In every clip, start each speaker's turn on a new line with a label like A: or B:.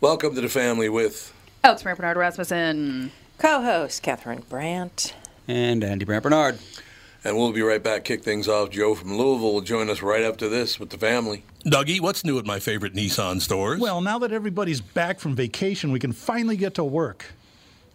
A: Welcome to the family with
B: Oh, it's Maria Bernard Rasmussen.
C: Co-host Catherine Brandt.
D: And Andy Brandt Bernard.
A: And we'll be right back. Kick things off. Joe from Louisville will join us right after this with the family. Dougie, what's new at my favorite Nissan stores?
E: Well, now that everybody's back from vacation, we can finally get to work.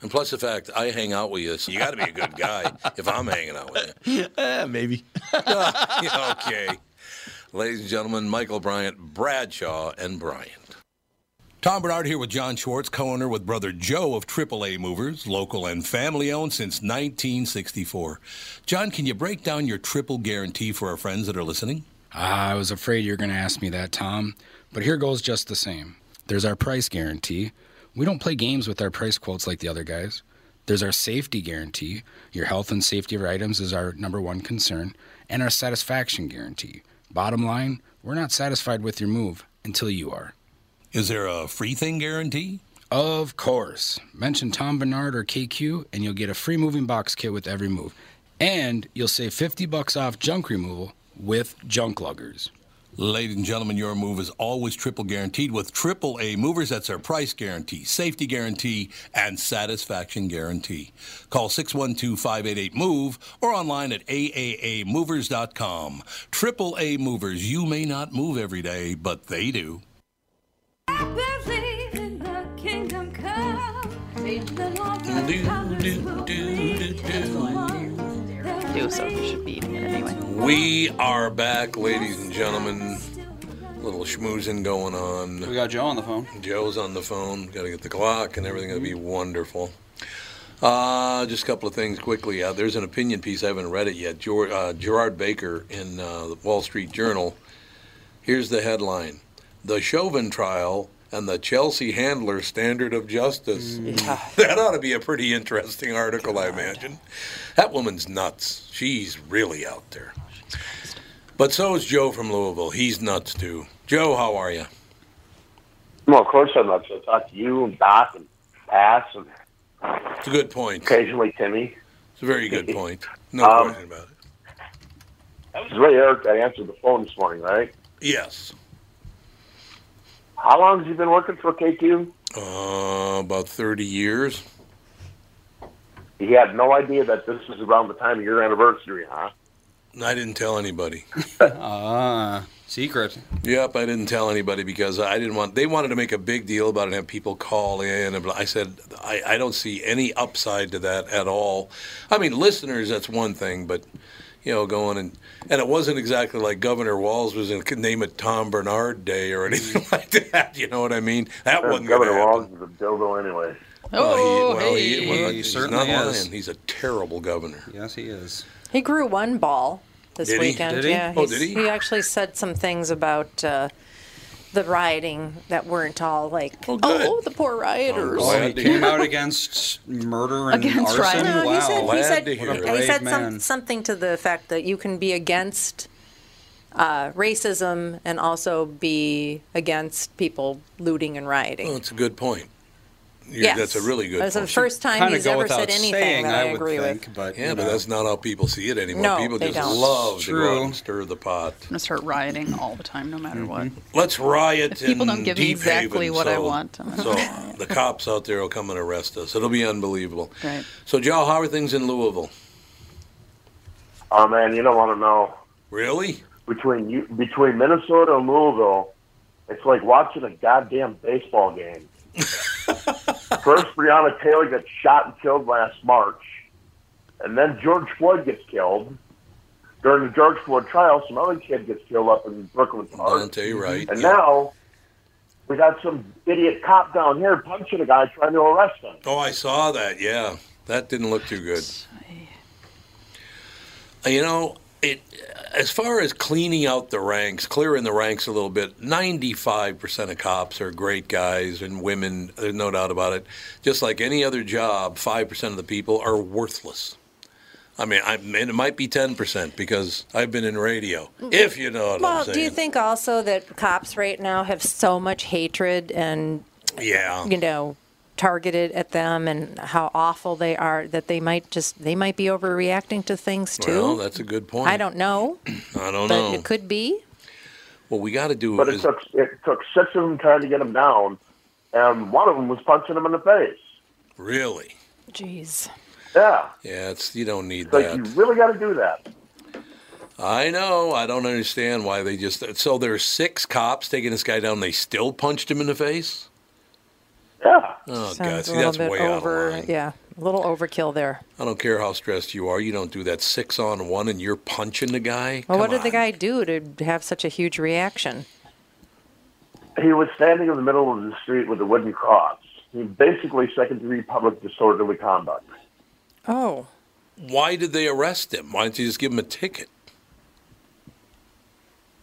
A: And plus the fact I hang out with you, so you got to be a good guy if I'm hanging out with you.
F: Eh, maybe.
A: Yeah, okay. Ladies and gentlemen, Michael Bryant, Bradshaw, and Bryant. Tom Bernard here with John Schwartz, co owner with brother Joe of AAA Movers, local and family owned since 1964. John, can you break down your triple guarantee for our friends that are listening?
D: Ah, I was afraid you were going to ask me that, Tom. But here goes just the same. There's our price guarantee. We don't play games with our price quotes like the other guys. There's our safety guarantee. Your health and safety of your items is our number one concern. And our satisfaction guarantee. Bottom line, we're not satisfied with your move until you are.
A: Is there a free thing guarantee?
D: Of course. Mention Tom Bernard or KQ and you'll get a free moving box kit with every move. And you'll save 50 bucks off junk removal with junk luggers.
A: Ladies and gentlemen, your move is always triple guaranteed with triple A movers. That's our price guarantee, safety guarantee, and satisfaction guarantee. Call 612 588 MOVE or online at aaamovers.com. Triple A movers, you may not move every day, but they do.
G: believe in the kingdom come. The Lord
A: Do, do, do, do, do.
B: Do so we should be eating it anyway.
A: We are back, ladies and gentlemen. Little schmoozing going on.
D: We got Joe on the phone.
A: Joe's on the phone. Got to get the clock and everything. It'll be wonderful. Uh, just a couple of things quickly. Uh, there's an opinion piece. I haven't read it yet. Ger- uh, Gerard Baker in uh, the Wall Street Journal. Here's the headline The Chauvin trial and the Chelsea Handler standard of justice.
C: Mm. Ah,
A: That ought to be a pretty interesting article, I imagine. That woman's nuts. She's really out there. But so is Joe from Louisville. He's nuts too. Joe, how are you?
H: Well, of course I'm up. So I talk to you and Doc and Pass and
A: It's a good point.
H: occasionally Timmy.
A: It's a very good point. No
H: Um,
A: question about it.
H: That was really Eric that answered the phone this morning, right?
A: Yes.
H: How long has he been working for KQ?
A: Uh, about 30 years.
H: He had no idea that this was around the time of your anniversary, huh?
A: I didn't tell anybody.
D: Ah, secret.
A: Yep, I didn't tell anybody because I didn't want. They wanted to make a big deal about it and have people call in. And I said, I, I don't see any upside to that at all. I mean, listeners, that's one thing, but you know, going and and it wasn't exactly like Governor Walls was going to name it Tom Bernard Day or anything like that. You know what I mean? That wasn't gonna
H: Mm-hmm. Uh, Governor
A: happen.
H: Walls is a dildo anyway.
A: well, he,
B: Oh,
A: well,
D: hey.
A: he, well,
D: He
A: he's
D: certainly
A: not
D: is.
A: lying. He's a terrible governor.
D: Yes, he is.
C: He grew one ball this
A: Did he?
C: weekend.
A: Did he?
C: Yeah,
A: Oh,
C: he's-
A: did he?
C: actually said some things about uh, the rioting that weren't all like,
A: Oh,
C: oh,
A: good.
C: the poor rioters.
A: Oh,
I: Oh,
A: glad
I: he
A: to
I: came
A: hear.
I: out against murder and
B: Against
I: arson.
B: Ryan.
C: No,
I: wow.
C: he said, he
A: glad
C: said,
A: to hear.
I: What a
C: he
I: brave
C: said
I: man.
C: some, something to the effect that you can be against uh, racism and also be against people looting and rioting.
A: Well, that's a good point. you
C: yes.
A: Oh, That's a really good
C: That's the
A: point.
C: first time
I: Kind of
C: he's
I: go
C: ever
I: without
C: said anything
I: saying,
C: that I,
I: I, would
C: agree
I: think,
C: with.
I: but
A: yeah,
I: you
A: but
I: know.
A: that's not how people see it anymore.
C: No,
A: people
C: they
A: just
C: don't.
A: love to go out
I: True.
A: and stir the pot.
B: I'm gonna start rioting all the time, no matter what.
A: Let's riot.
B: If people
A: in
B: don't give me
A: Deep
B: exactly
A: Haven,
B: what I
A: so-
B: want, I'm gonna
A: so the cops out there will come and arrest us. It'll be unbelievable.
B: Right.
A: So, Joe, how are things in Louisville?
H: Oh man, you don't want to know.
A: Really?
H: Between you, between Minnesota and Louisville, it's like watching a goddamn baseball game. First, Breonna Taylor gets shot and killed last March, and then George Floyd gets killed. During the George Floyd trial, some other kid gets killed up in Brooklyn Park.
A: Dante, right?
H: And
A: yeah.
H: now we got some idiot cop down here punching a guy trying to arrest him.
A: Oh, I saw that. Yeah, that didn't look too good. You know, it as far as cleaning out the ranks, clearing the ranks a little bit. Ninety-five percent of cops are great guys and women. There's no doubt about it. Just like any other job, five percent of the people are worthless. I mean, I, and it might be ten percent because I've been in radio. If you know what I'm
C: Well,
A: saying.
C: do you think also that cops right now have so much hatred and
A: Yeah.
C: you know targeted at them and how awful they are that they might just they might be overreacting to things too?
A: well, that's a good point.
C: I don't know,
A: I don't
C: but
A: know.
C: it could be.
A: what we got to do
H: But it
A: is
H: took it took six of them trying to get him down, and one of them was punching him in the face.
A: really.
C: Jeez.
H: Yeah,
A: Yeah, it's you don't need
H: it's like
A: that.
H: you really got to do that.
A: I know. I don't understand why they just. So there's six cops taking this guy down. They still punched him in the face.
H: Yeah,
A: Oh God,
C: Sounds
A: see
C: a little
A: that's
C: bit
A: way
C: over.
A: out of line.
C: Yeah, a little overkill there.
A: I don't care how stressed you are. You don't do that six on one, and you're punching the guy.
C: Well, what
A: Come
C: did the
A: on.
C: guy do to have such a huge reaction?
H: he was standing in the middle of the street with a wooden cross. He basically second degree public disorderly conduct.
C: Oh,
A: Why did they arrest him? Why didn't you just give him a ticket?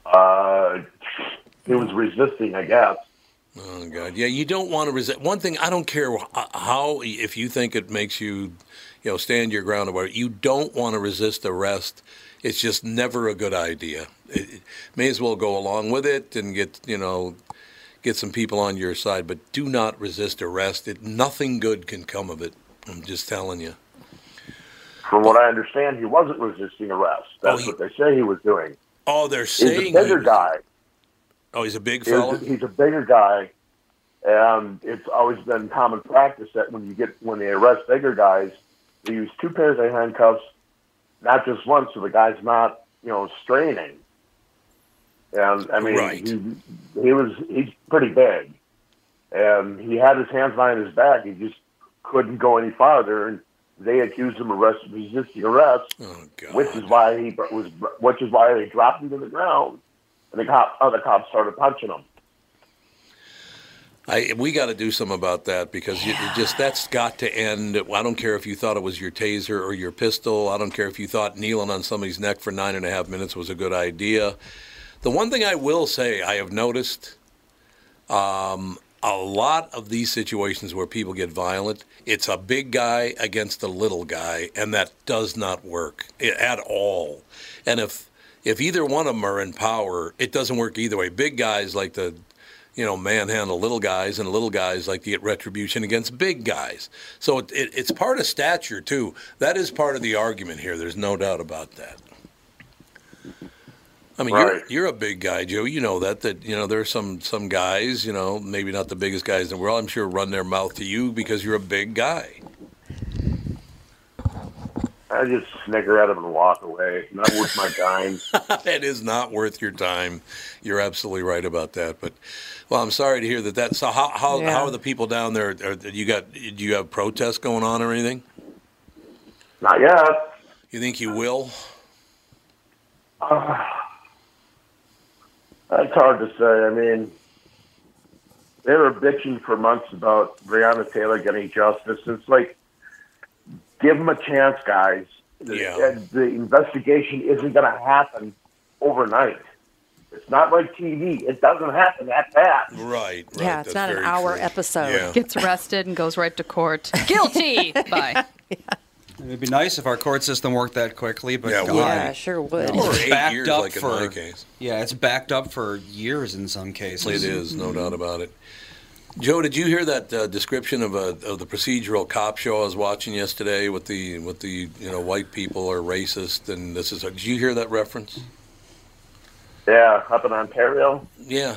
H: Uh, he was resisting, I guess.
A: Oh God, yeah, you don't want to resist. One thing I don't care wh- uh, how, if you think it makes you, you know, stand your ground about it. You don't want to resist arrest. It's just never a good idea. It, it- may as well go along with it and get you know, get some people on your side. But do not resist arrest. It nothing good can come of it. I'm just telling you.
H: From what I understand, he wasn't resisting arrest. That's
A: Oh, he-
H: what they say he was doing.
A: Oh, they're
H: He's
A: saying
H: a bigger
A: he-
H: guy.
A: Oh, he's a big
H: He's
A: fella.
H: a, he's a bigger guy, and it's always been common practice that when you get when they arrest bigger guys, they use two pairs of handcuffs, not just one, so the guy's not you know straining. And I mean,
A: Right.
H: he, he was he's pretty big, and he had his hands behind his back. He just couldn't go any farther, and they accused him of arrest, resisting arrest,
A: Oh God.
H: which is why he br- was br- which is why they dropped him to the ground, and the cop other cops started punching him.
A: I, we got to do something about that because you, it just that's got to end. I don't care if you thought it was your taser or your pistol. I don't care if you thought kneeling on somebody's neck for nine and a half minutes was a good idea. The one thing I will say I have noticed um, a lot of these situations where people get violent, it's a big guy against a little guy, and that does not work i- at all. And if if either one of them are in power, it doesn't work either way. Big guys like to, you know, manhandle little guys, and little guys like to get retribution against big guys. So it, it, it's part of stature too. That is part of the argument here. There's no doubt about that. I mean,
H: Right.
A: you're, you're a big guy, Joe. You know that. That you know there are some some guys. You know, maybe not the biggest guys in the world. I'm sure run their mouth to you because you're a big guy.
H: I just snicker at him and walk away. Not worth my time.
A: that is not worth your time. You're absolutely right about that. But well, I'm sorry to hear that. That so how how,
C: Yeah.
A: how are the people down there? Are, you got do you have protests going on or anything?
H: Not yet.
A: You think you will?
H: It's hard to say. I mean, they were bitching for months about Breonna Taylor getting justice. It's like, give him a chance, guys.
A: Yeah.
H: and the investigation isn't going to happen overnight. It's not like TV. It doesn't happen at that.
A: Right, right.
C: Yeah, it's
A: that's
C: not an
A: very
C: hour
A: true.
C: episode.
A: Yeah.
B: Gets arrested and goes right to court. Guilty. Bye.
I: It'd be nice if our court system worked that quickly, but
A: Yeah, it
I: God.
A: would.
C: Yeah, sure would.
A: Or
I: It's
A: eight
I: backed
A: years,
I: up
A: like in
I: for-
A: my case.
I: Yeah, it's backed up for years in some cases.
A: It is, no doubt about it. Joe, did you hear that uh, description of a of the procedural cop show I was watching yesterday with the with the you know white people are racist and this is? Did you hear that reference?
H: Yeah, up in Ontario.
A: Yeah.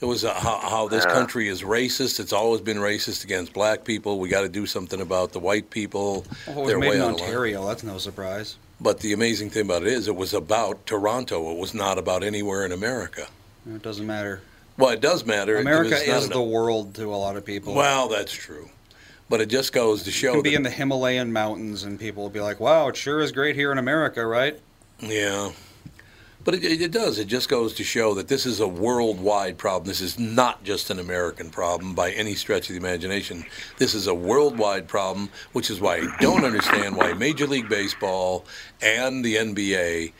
A: It was uh, how, how this
H: Yeah.
A: country is racist. It's always been racist against black people. We got to do something about the white people.
I: Well, it was
A: They're
I: made
A: way
I: in
A: out of line.
I: Ontario. That's no surprise.
A: But the amazing thing about it is, it was about Toronto. It was not about anywhere in America.
I: It doesn't matter.
A: Well, it does matter. It-
I: America
A: it's not
I: is
A: an-
I: the world to a lot of people.
A: Well, that's true. But it just goes to show
I: you can be
A: that-
I: in the Himalayan mountains and people will be like, "Wow, it sure is great here in America, right?"
A: Yeah. But it, it does. It just goes to show that this is a worldwide problem. This is not just an American problem by any stretch of the imagination. This is a worldwide problem, which is why I don't understand why Major League Baseball and the NBA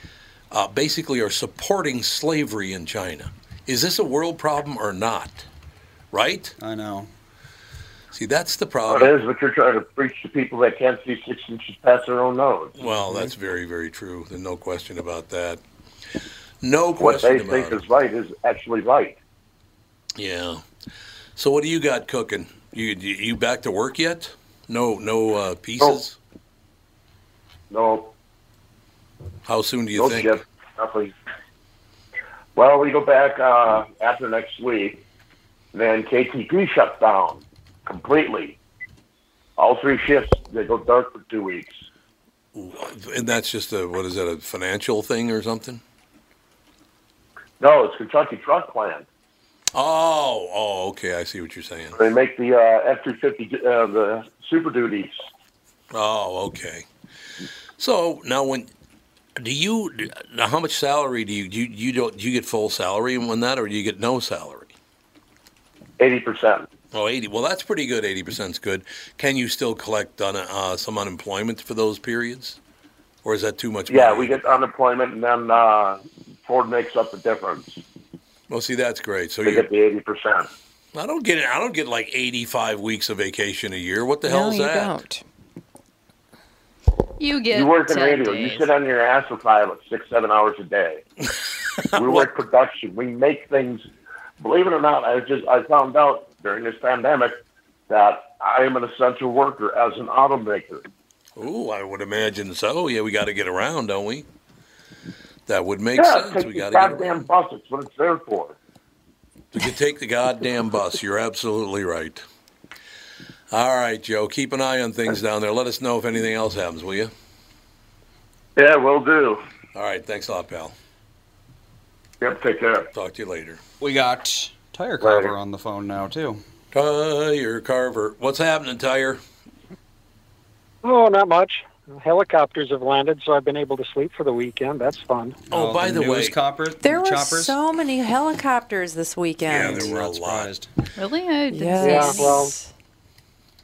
A: uh, basically are supporting slavery in China. Is this a world problem or not? Right?
I: I know.
A: See, that's the
H: It
A: problem.
H: is, but you're trying to preach to people that can't see six inches past their own nose.
A: Well, that's very, very true. There's no question about that. No
H: What
A: question
H: they
A: about
H: think
A: it.
H: is right is actually right.
A: Yeah. So what do you got cooking? You you you back to work yet? No no uh, pieces.
H: No,
A: How soon do you
H: no
A: think?
H: shift, nothing. Well, we go back uh, after next week. Then KTP shuts down completely. All three shifts they go dark for two weeks.
A: And that's just a what is that a financial thing or something?
H: No, it's Kentucky Truck Plant.
A: Oh oh okay I see what you're saying.
H: They make the uh, F two fifty uh, the Super Duties.
A: Oh okay. So now when do you now how much salary do you do you, you don't do you get full salary when that or do you get no salary?
H: Eighty percent.
A: Oh, 80. Well, that's pretty good. 80% is good. Can you still collect on uh, some unemployment for those periods? Or is that too much
H: Yeah,
A: money?
H: we get unemployment, and then uh, Ford makes up the difference.
A: Well, see, that's great. So
H: They
A: you,
H: get the eighty percent.
A: I don't get I don't get like eighty-five weeks of vacation a year. What the hell
C: no,
A: is
C: you
A: that?
C: don't.
B: You get
H: You work in
B: 10
H: radio.
B: days.
H: You sit on your ass for five, six, seven hours a day. we work production. We make things. Believe it or not, I just I found out during this pandemic that I am an essential worker as an automaker.
A: Ooh, I would imagine so. Yeah, we got to get around, don't we? That would make
H: Yeah,
A: sense.
H: take
A: We
H: the
A: got to get
H: goddamn
A: around.
H: bus. That's what it's there for.
A: You could take the goddamn bus. You're absolutely right. All right, Joe. Keep an eye on things down there. Let us know if anything else happens, will you?
H: Yeah, will do.
A: All right. Thanks a lot, pal.
H: Yep, take care.
A: Talk to you later.
I: We got Tire Carver
H: Later.
I: on the phone now too.
A: Tire Carver. What's happening, Tire?
J: Oh, not much. Helicopters have landed, so I've been able to sleep for the weekend. That's fun.
A: Oh,
I: All
A: by the, way.
I: news copper-
C: There were
I: choppers.
C: so many helicopters this
A: yeah,
C: weekend.
A: there were a
I: Not
A: lot.
I: surprised.
B: Really? I didn't
C: Yes.
B: see
J: Yeah, well-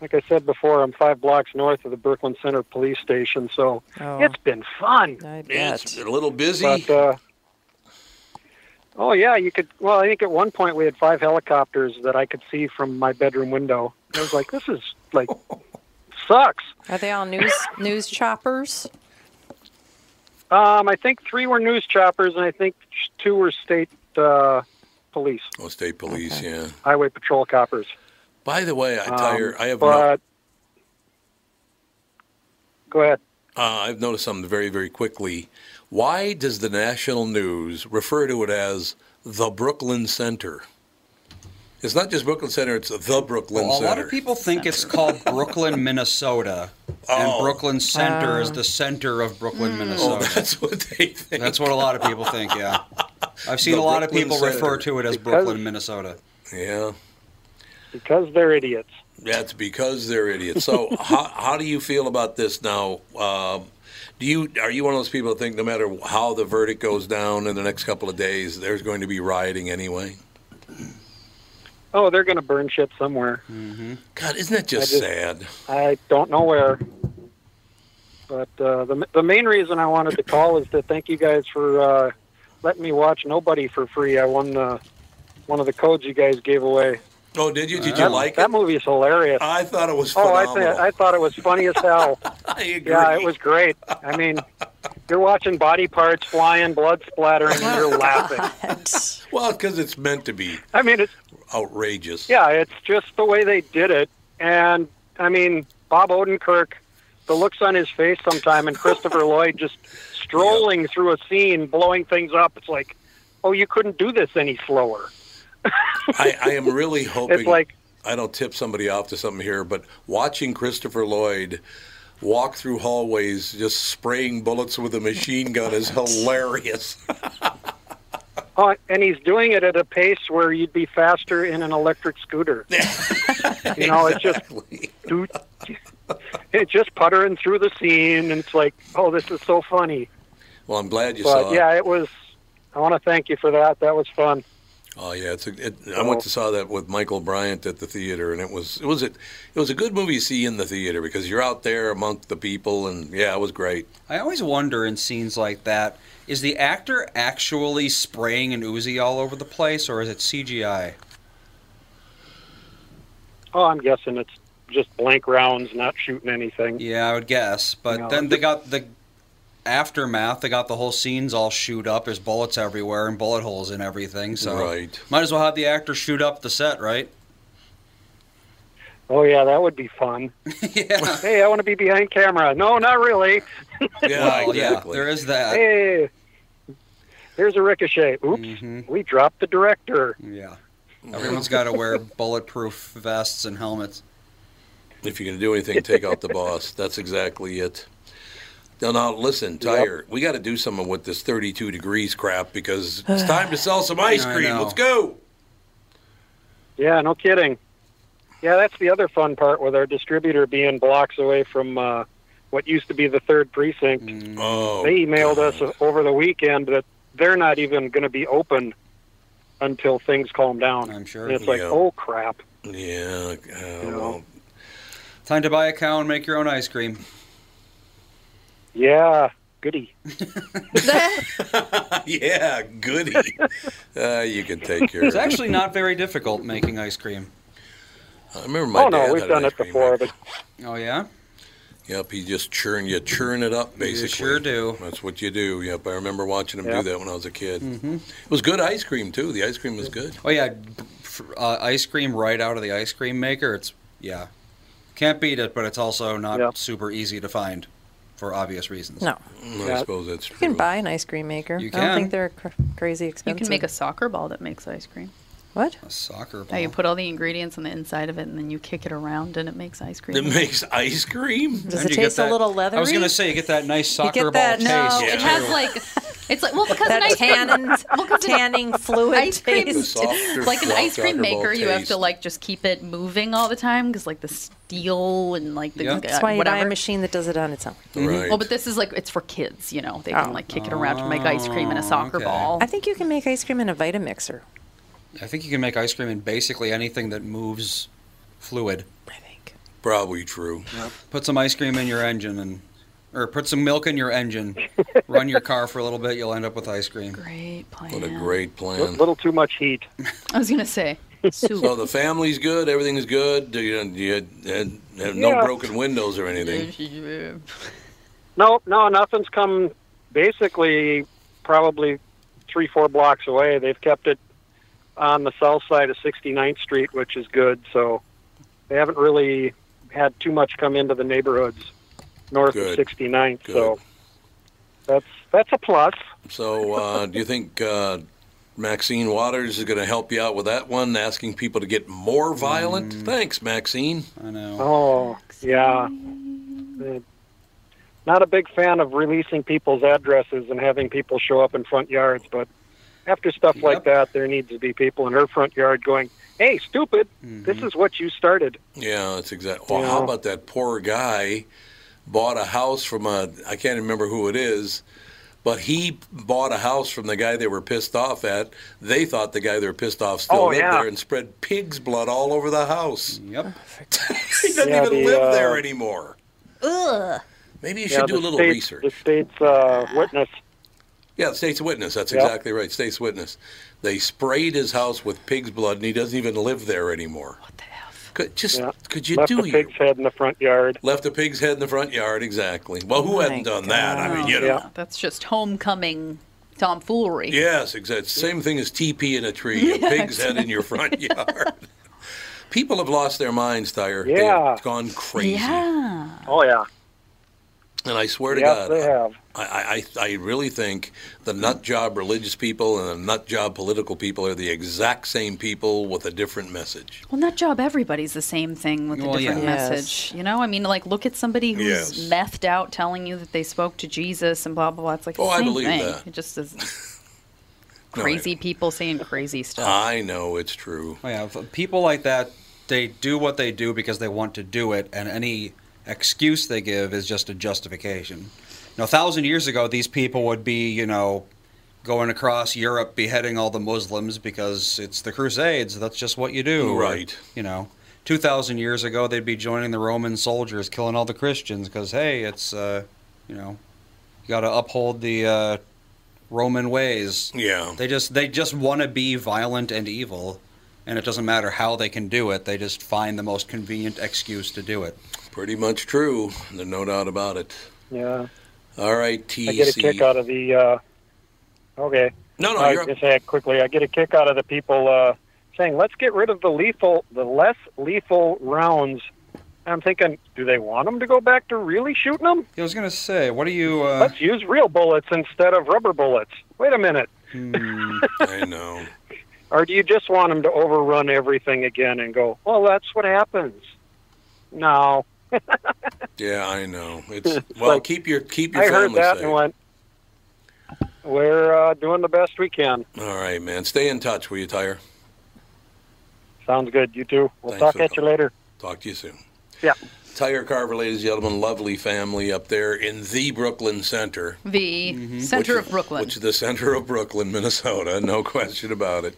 J: Like I said before, I'm five blocks north of the Brooklyn Center Police Station, so
C: Oh.
J: it's been fun.
C: I
A: It's
C: bet.
A: a little busy.
J: But uh, oh yeah, you could. Well, I think at one point we had five helicopters that I could see from my bedroom window. I was like, this is like sucks.
C: Are they all news news choppers?
J: Um, I think three were news choppers, and I think two were state uh, police,
A: oh, state police. Yeah.
J: highway patrol coppers.
A: By the way, I
J: Um,
A: tire. I have no, uh,
J: but go ahead.
A: uh, I've noticed something very very quickly. Why does the national news refer to it as the Brooklyn Center? It's not just Brooklyn Center; it's the Brooklyn
I: Well, a
A: Center.
I: lot of people think it's called Brooklyn, Minnesota,
A: Oh.
I: and Brooklyn Center is the center of Brooklyn,
C: Hmm.
A: oh,
I: Minnesota.
A: that's what they think.
I: That's what a lot of people think. Yeah, I've seen
A: The
I: a lot of
A: Brooklyn
I: people
A: Center.
I: refer to it as
J: Because-
I: Brooklyn, Minnesota.
A: yeah,
J: Because they're idiots.
A: that's because they're idiots. So, how, how do you feel about this now? Um, do you are you one of those people that think no matter how the verdict goes down in the next couple of days, there's going to be rioting anyway?
J: Oh, they're going to burn shit somewhere.
A: God, isn't that just
J: just-
A: sad?
J: I don't know where. But uh, the the main reason I wanted to call is to thank you guys for uh, letting me watch Nobody for free. I won the one of the codes you guys gave away.
A: Oh, did you? Did you
J: That-
A: like it?
J: that movie? Is hilarious.
A: I thought it was
J: Oh, I,
A: phenomenal.
J: th- I thought it was funny as hell.
A: I agree.
J: Yeah, it was great. I mean, you're watching body parts flying, blood splattering, and you're laughing.
A: well, because it's meant to be
J: I mean, it's
A: outrageous.
J: yeah, it's just the way they did it. And I mean, Bob Odenkirk, the looks on his face sometime, and Christopher Lloyd just strolling through a scene, blowing things up. It's like, oh, you couldn't do this any slower.
A: I, I am really hoping
J: like-
A: I don't tip somebody off to something here, but watching Christopher Lloyd walk through hallways just spraying bullets with a machine gun is hilarious.
J: Oh, and he's doing it at a pace where you'd be faster in an electric scooter. you know, it's just dude, it's just puttering through the scene, and it's like, oh, this is so funny.
A: Well, I'm glad you saw
J: but
A: it.
J: yeah, it was. I want to thank you for that. That was fun.
A: Oh yeah, it's a, it, I went to saw that with Michael Bryant at the theater, and it was it was a, it was a good movie to see in the theater because you're out there among the people, and yeah, it was great.
I: I always wonder in scenes like that is the actor actually spraying an Uzi all over the place or is it CGI?
J: Oh, I'm guessing it's just blank rounds, not shooting anything.
I: Yeah, I would guess. But
J: No,
I: then they got the aftermath, they got the whole scenes all shoot up. There's bullets everywhere and bullet holes in everything. So
A: Right.
I: might as well have the actor shoot up the set, right?
J: Oh yeah, that would be fun.
I: yeah.
J: Hey, I want to be behind camera. No, not really.
I: well, yeah, there is that.
J: hey, here's a ricochet. Oops,
A: Mm.
J: we dropped the director.
I: Mm-hmm, Yeah. Everyone's got to wear bulletproof vests and helmets.
A: If you're going to do anything, take out the boss. That's exactly it. Now, now listen, Tyre, we got to do something with this 32 degrees crap because it's time to sell some ice
I: I
A: cream.
I: know.
A: Let's go.
J: Yeah, no kidding. Yeah, that's the other fun part with our distributor being blocks away from uh, what used to be the third precinct.
I: Mm-hmm.
A: Oh,
J: They emailed us over the weekend that they're not even going to be open until things calm down.
I: I'm sure.
J: And it's like,
A: Yeah.
J: oh crap.
A: yeah. Uh, well,
I: Time to buy a cow and make your own ice cream.
J: Yeah, goody.
A: yeah, goody. uh, you can take care.
I: It's
A: of it.
I: actually not very difficult making ice cream.
A: I remember my
J: oh
A: dad
J: no, we've
A: had an
J: done
A: ice
J: it
A: cream
J: before, but
I: Oh yeah,
A: Yep, you just churn, you churn it up, basically.
I: sure do.
A: That's what you do. Yep, I remember watching him
J: Yeah.
A: do that when I was a kid. Mm-hmm. It was good ice cream too. The ice cream was good.
I: Oh yeah, b- f- uh, ice cream right out of the ice cream maker. It's yeah, can't beat it, but it's also not
J: Yeah.
I: super easy to find, for obvious reasons.
C: No.
A: Mm, I
J: Yeah.
A: suppose that's
C: You
A: true.
C: can buy an ice cream maker.
I: You
C: I don't
I: can.
C: think they're cr- crazy
B: You
C: expensive.
B: can make a soccer ball that makes ice cream.
C: What?
I: A soccer ball.
B: Yeah, you put all the ingredients on the inside of it, and then you kick it around, and it makes ice cream.
A: It makes ice cream.
C: Does
I: And
C: it
I: you get
C: taste a
I: that-
C: little
I: I was
C: leathery?
I: gonna say you get that nice soccer
C: get
I: ball
C: that-
I: taste.
C: no,
B: it
A: Yeah.
B: has like, it's like well because an
C: That
B: ice cream,
C: tannin, tanning fluid
B: ice cream-
A: The
C: taste.
A: softer,
B: like an
A: soft
B: ice cream
A: soccer ball
B: maker, you have
A: taste.
B: to like just keep it moving all the time because like the steel and like the
I: Yeah.
B: uh,
C: That's why you buy a
B: whatever.
C: machine that does it on its own.
A: Right.
B: Well, but this is like it's for kids, you know. They
C: Oh.
B: can like kick it around and make ice cream
A: Oh,
B: in a soccer
I: okay.
B: ball.
C: I think you can make ice cream in a Vitamixer.
I: I think you can make ice cream in basically anything that moves fluid.
C: I think.
A: Probably true.
I: Put some ice cream in your engine and. Or put some milk in your engine, run your car for a little bit, you'll end up with ice cream.
B: Great plan.
A: What a great
J: a
A: plan.
J: little too much heat.
B: I was gonna say soup.
A: So the family's good. Everything's good. You, you had, had- had no
J: Yeah.
A: broken windows or anything.
J: No, no, nothing's come. Basically, probably three, four blocks away. They've kept it on the south side of 69th Street, which is good. So they haven't really had too much come into the neighborhoods north
A: Good.
J: of 69th.
A: Good.
J: So that's that's a plus.
A: So uh, do you think uh, Maxine Waters is going to help you out with that one, asking people to get more violent? Thanks, Maxine.
I: I know.
J: Oh, yeah. Uh, Not a big fan of releasing people's addresses and having people show up in front yards, but after stuff
I: Yep.
J: like that, there needs to be people in her front yard going, "Hey, stupid! This
A: Mm-hmm.
J: is what you started."
A: Yeah, that's exactly. Well,
J: Yeah.
A: how about that poor guy bought a house from a I can't remember who it is, but he bought a house from the guy they were pissed off at. They thought the guy they were pissed off still
J: Oh,
A: lived
J: yeah.
A: there and spread pig's blood all over the house.
I: Yep.
A: he doesn't
J: Yeah,
A: even
J: the,
A: live
J: uh,
A: there anymore. Ugh. Maybe you
J: Yeah,
A: should do
J: the
A: a little
J: state's-
A: research. Ah,
J: The state's uh, witness.
A: Yeah, the state's witness. That's
J: Yeah.
A: exactly right. State's witness. They sprayed his house with pig's blood, and he doesn't even live there anymore. What the F? Could, just
J: Yeah.
A: could you
J: Left
A: do
J: the
A: your-
J: pig's head in the front yard.
A: left a pig's head in the front yard? Exactly. Well, who
J: My
A: hadn't done that? I mean, you know.
J: Yeah.
B: That's just homecoming tomfoolery.
A: Yes, exactly. Same thing as TP in a tree, a
B: Yeah,
A: pig's head in your front yard. People have lost their minds, Tyre. They
J: Yeah.
A: have gone crazy.
B: Yeah.
J: Oh yeah.
A: And I Ah, swear to
J: Yes,
A: God,
J: they have.
A: I, I, I I really think the nut job religious people and the nut job political people are the exact same people with a different message.
B: Well, nut job, everybody's the same thing with a
A: Well, yeah.
B: different
A: Yes.
B: message. You know, I mean, like, look at somebody
A: Yes.
B: who's methed out telling you that they spoke to Jesus and blah, blah, blah. It's like
A: Oh,
B: the
A: I
B: same
A: believe
B: thing.
A: that.
B: It just is
A: No, I Ah.
B: crazy people saying crazy stuff.
A: I know it's true.
I: Oh, yeah, f- people like that, they do what they do because they want to do it, and any excuse they give is just a justification. Now, a thousand years ago, these people would be, you know, going across Europe beheading all the Muslims because it's the Crusades. That's just what you do, Or,
A: Right.
I: you know, two thousand years ago, they'd be joining the Roman soldiers, killing all the Christians because hey, it's, uh, you know, you got to uphold the. Uh, Roman ways.
A: Yeah.
I: They just they just want to be violent and evil, and it doesn't matter how they can do it. They just find the most convenient excuse to do it.
A: Pretty much true. There's no doubt about it.
J: Yeah.
A: All right, TC.
J: I get a kick out of the. Uh, okay.
A: No, no,
J: I
A: you're up.
J: just say it quickly. I get a kick out of the people uh, saying, "Let's get rid of the lethal, the less lethal rounds." And I'm thinking, do they want them to go back to really shooting them?
I: I was gonna say, what do you? Uh,
J: Let's use real bullets instead of rubber bullets. Wait a minute.
A: I know.
J: Or do you just want them to overrun everything again and go, well, that's what happens? No.
A: Yeah, I know. It's
J: It's
A: well,
J: like-
A: keep your keep your
J: I heard
A: family
J: that
A: safe.
J: and went, we're uh, doing the best we can.
A: All right, man. Stay in touch, will you, Tyre?
J: Sounds good. You too. We'll
A: Thanks
J: talk
A: for
J: at you later.
A: Talk to you soon.
J: Yeah.
A: Tyre Carver, ladies and gentlemen, lovely family up there in the Brooklyn Center.
B: The center
A: Mm-hmm. Which-
B: of Brooklyn.
A: Which is the center of Brooklyn, Minnesota, no question about it.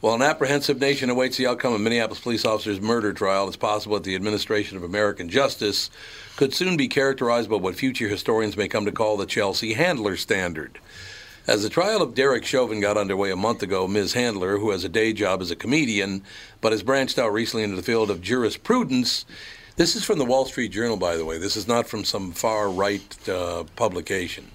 A: While an apprehensive nation awaits the outcome of Minneapolis police officers' murder trial, it's possible that the administration of American justice could soon be characterized by what future historians may come to call the Chelsea Handler standard. As the trial of Derek Chauvin got underway a month ago, Ms. Handler, who has a day job as a comedian but has branched out recently into the field of jurisprudence, this is from the Wall Street Journal, by the way. This is not from some far right uh, publication.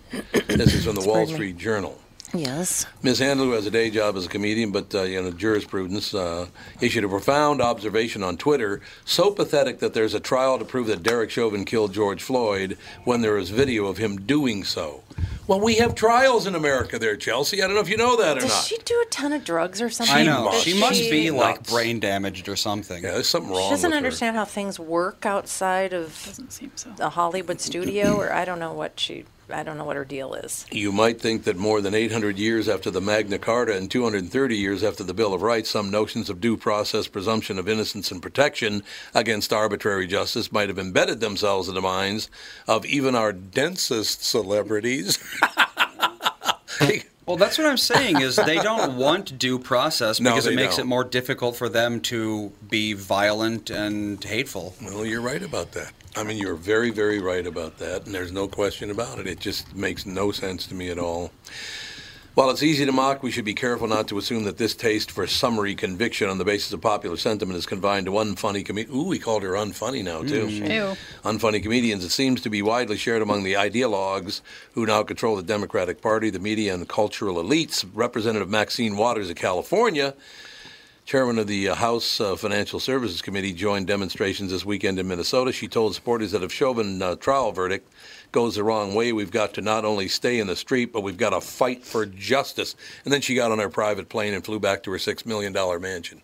A: This is from the Wall
C: Pardon me.
A: Street Journal.
C: Yes.
A: Ms. Handler, who has a day job as a comedian, but uh, you know jurisprudence, uh, issued a profound observation on Twitter, so pathetic that there's a trial to prove that Derek Chauvin killed George Floyd when there is video of him doing so. Well, we have trials in America, there, Chelsea. I don't know if you know that or
C: Does
A: not.
C: she do a ton of drugs or something?
I: I know
C: Does
I: she must be like
A: Nuts.
I: brain damaged or something. Yeah,
A: there's something
C: She doesn't understand how things work outside of the Hollywood studio, or I don't know what she, I don't know what her deal is.
A: You might think that more than 800 years after the Magna Carta and 230 years after the Bill of Rights, some notions of due process, presumption of innocence, and protection against arbitrary justice might have embedded themselves in the minds of even our densest celebrities.
I: Well, that's what I'm saying is they don't want due process
A: No,
I: because
A: they
I: it makes
A: don't.
I: it more difficult for them to be violent and hateful.
A: Well, you're right about that. I mean, you're very, very right about that, and there's no question about it. It just makes no sense to me at all. While it's easy to mock, we should be careful not to assume that this taste for summary conviction on the basis of popular sentiment is confined to unfunny comedians. Ooh, we called her unfunny now, too.
B: Mm. Ew.
A: Unfunny comedians. It seems to be widely shared among the ideologues who now control the Democratic Party, the media, and the cultural elites. Representative Maxine Waters of California Chairman of the uh, House uh, Financial Services Committee joined demonstrations this weekend in Minnesota. She told supporters that if Chauvin uh, trial verdict goes the wrong way, we've got to not only stay in the street, but we've got to fight for justice. And then she got on her private plane and flew back to her six million dollar mansion.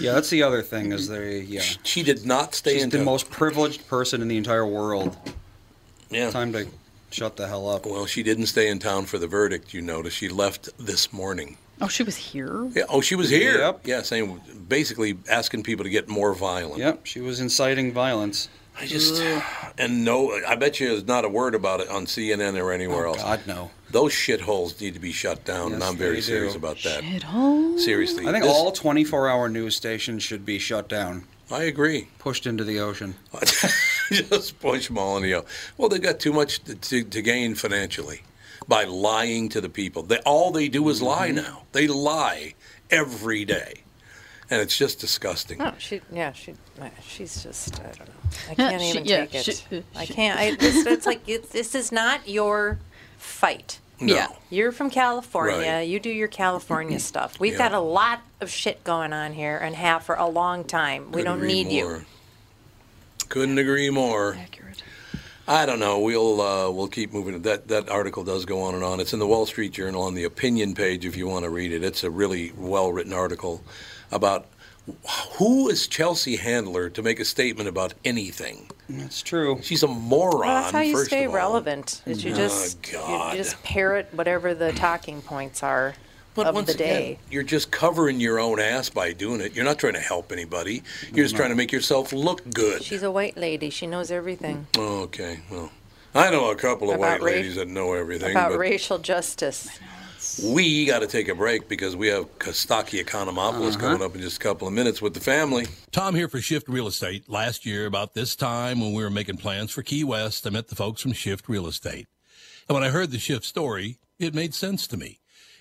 I: Yeah, that's the other thing is they. Yeah,
A: she did not stay.
I: She's
A: into-
I: the most privileged person in the entire world.
A: Yeah.
I: Time to shut the hell up.
A: Well, she didn't stay in town for the verdict. You notice she left this morning.
B: oh, she was here?
A: Yeah. Oh, she was here.
I: Yep.
A: Yeah, saying basically asking people to get more violent.
I: Yep, she was inciting violence.
A: I just and no, I bet you there's not a word about it on CNN or anywhere else.
I: Oh, God no.
A: Those shitholes need to be shut down, and
I: Yes,
A: I'm very
I: they do.
A: serious about that.
B: Shithole.
A: Seriously,
I: I think
A: this-
I: all 24 hour news stations should be shut down,
A: I agree.
I: pushed into the ocean.
A: just push Molinio. Well, they've got too much to, to, to gain financially by lying to the people. They, all they do is lie
I: Mm-hmm.
A: now. They lie every day, and it's just disgusting.
C: No, she, yeah, she, uh, she's just, I don't know. I
B: Yeah,
C: can't
B: she-
C: even
B: yeah,
C: take it.
B: she- uh,
C: I
B: she-
C: can't. I, this, it's like it's, this is not your fight.
A: No. Yeah.
C: You're from California.
A: Right.
C: You do your California stuff. We've
A: Yeah.
C: got a lot of shit going on here and have for a long time. We
A: Couldn't
C: don't
A: agree
C: need you.
A: more. Couldn't agree more. I don't know. We'll uh, we'll keep moving. That that article does go on and on. It's in the Wall Street Journal on the opinion page if you want to read it. It's a really well written article about who is Chelsea Handler to make a statement about anything.
I: That's true.
A: She's a moron.
C: Well, that's how you
A: first
C: stay
A: of all.
C: relevant. Is you
A: Oh,
C: just you-
A: God.
C: you just parrot whatever the talking points are
A: But
C: of
A: once
C: the
A: again,
C: day.
A: you're just covering your own ass by doing it. You're not trying to help anybody. You're just trying to make yourself look good.
C: She's a white lady. She knows everything
A: Okay, well, I know a couple of
C: About
A: white
C: ra-
A: ladies that know everything.
C: about
A: but
C: racial justice.
A: We got to take a break because we have Kostaki Economopoulos coming up in just a couple of minutes with the family.
K: Uh-huh. Tom here for Shift Real Estate. Last year, about this time when we were making plans for Key West, I met the folks from Shift Real Estate. And when I heard the Shift story, it made sense to me.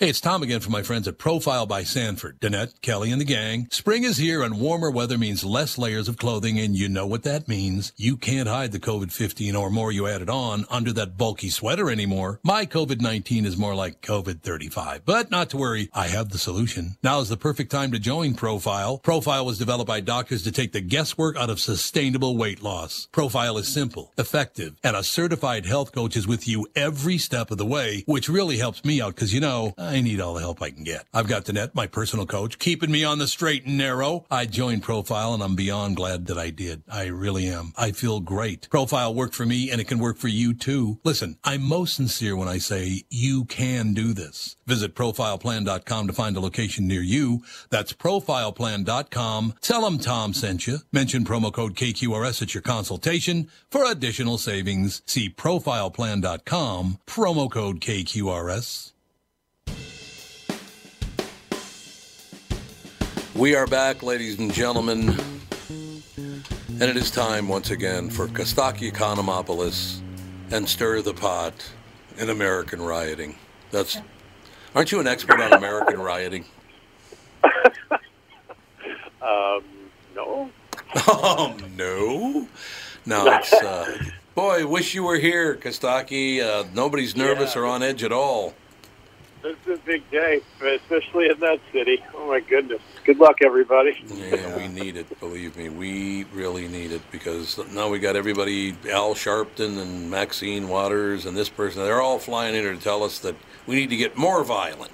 K: Hey, it's Tom again from my friends at Profile by Sanford. Danette, Kelly, and the gang. Spring is here and warmer weather means less layers of clothing, and you know what that means. You can't hide the COVID 15 or more you added on under that bulky sweater anymore. My COVID 19 is more like COVID 35, but not to worry. I have the solution. Now is the perfect time to join Profile. Profile was developed by doctors to take the guesswork out of sustainable weight loss. Profile is simple, effective, and a certified health coach is with you every step of the way, which really helps me out because, you know, I need all the help I can get. I've got Danette, my personal coach, keeping me on the straight and narrow. I joined Profile and I'm beyond glad that I did. I really am. I feel great. Profile worked for me and it can work for you too. Listen, I'm most sincere when I say you can do this. Visit profileplan.com to find a location near you. That's profileplan.com. Tell them Tom sent you. Mention promo code KQRS at your consultation for additional savings. See profileplan.com, promo code KQRS.
A: We are back, ladies and gentlemen, and it is time once again for Kostaki Economopoulos and Stir the Pot in American rioting. That's. Aren't you an expert on American rioting?
L: Um, no.
A: Oh no, no! It's uh, boy. Wish you were here, Kostaki. Uh, nobody's nervous or on edge at all.
L: This is a big day, especially in that city. Oh, my goodness. Good luck, everybody.
A: Yeah, we need it. Believe me, we really need it because now we got everybody, Al Sharpton and Maxine Waters and this person. They're all flying in here to tell us that we need to get more violent.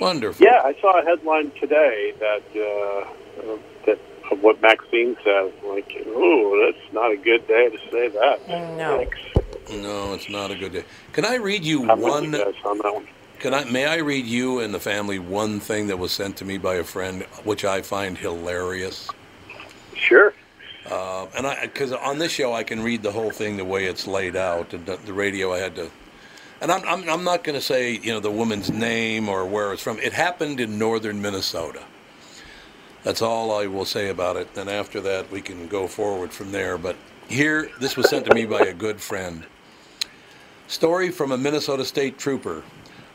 A: Wonderful.
L: Yeah, I saw a headline today that uh, uh, that of what Maxine says. Like, ooh, that's not a good day to say that.
C: No.
A: No, it's not a good day. Can I read you
L: I'm with
A: one?
L: you guys on that one.
A: Can I? May I read you and the family one thing that was sent to me by a friend, which I find hilarious.
L: Sure.
A: Uh, and I, because on this show I can read the whole thing the way it's laid out, and the, the radio I had to. And I'm, I'm, I'm not going to say you know the woman's name or where it's from. It happened in northern Minnesota, That's all I will say about it. And after that, we can go forward from there. But here, this was sent to me by a good friend. Story from a Minnesota State Trooper.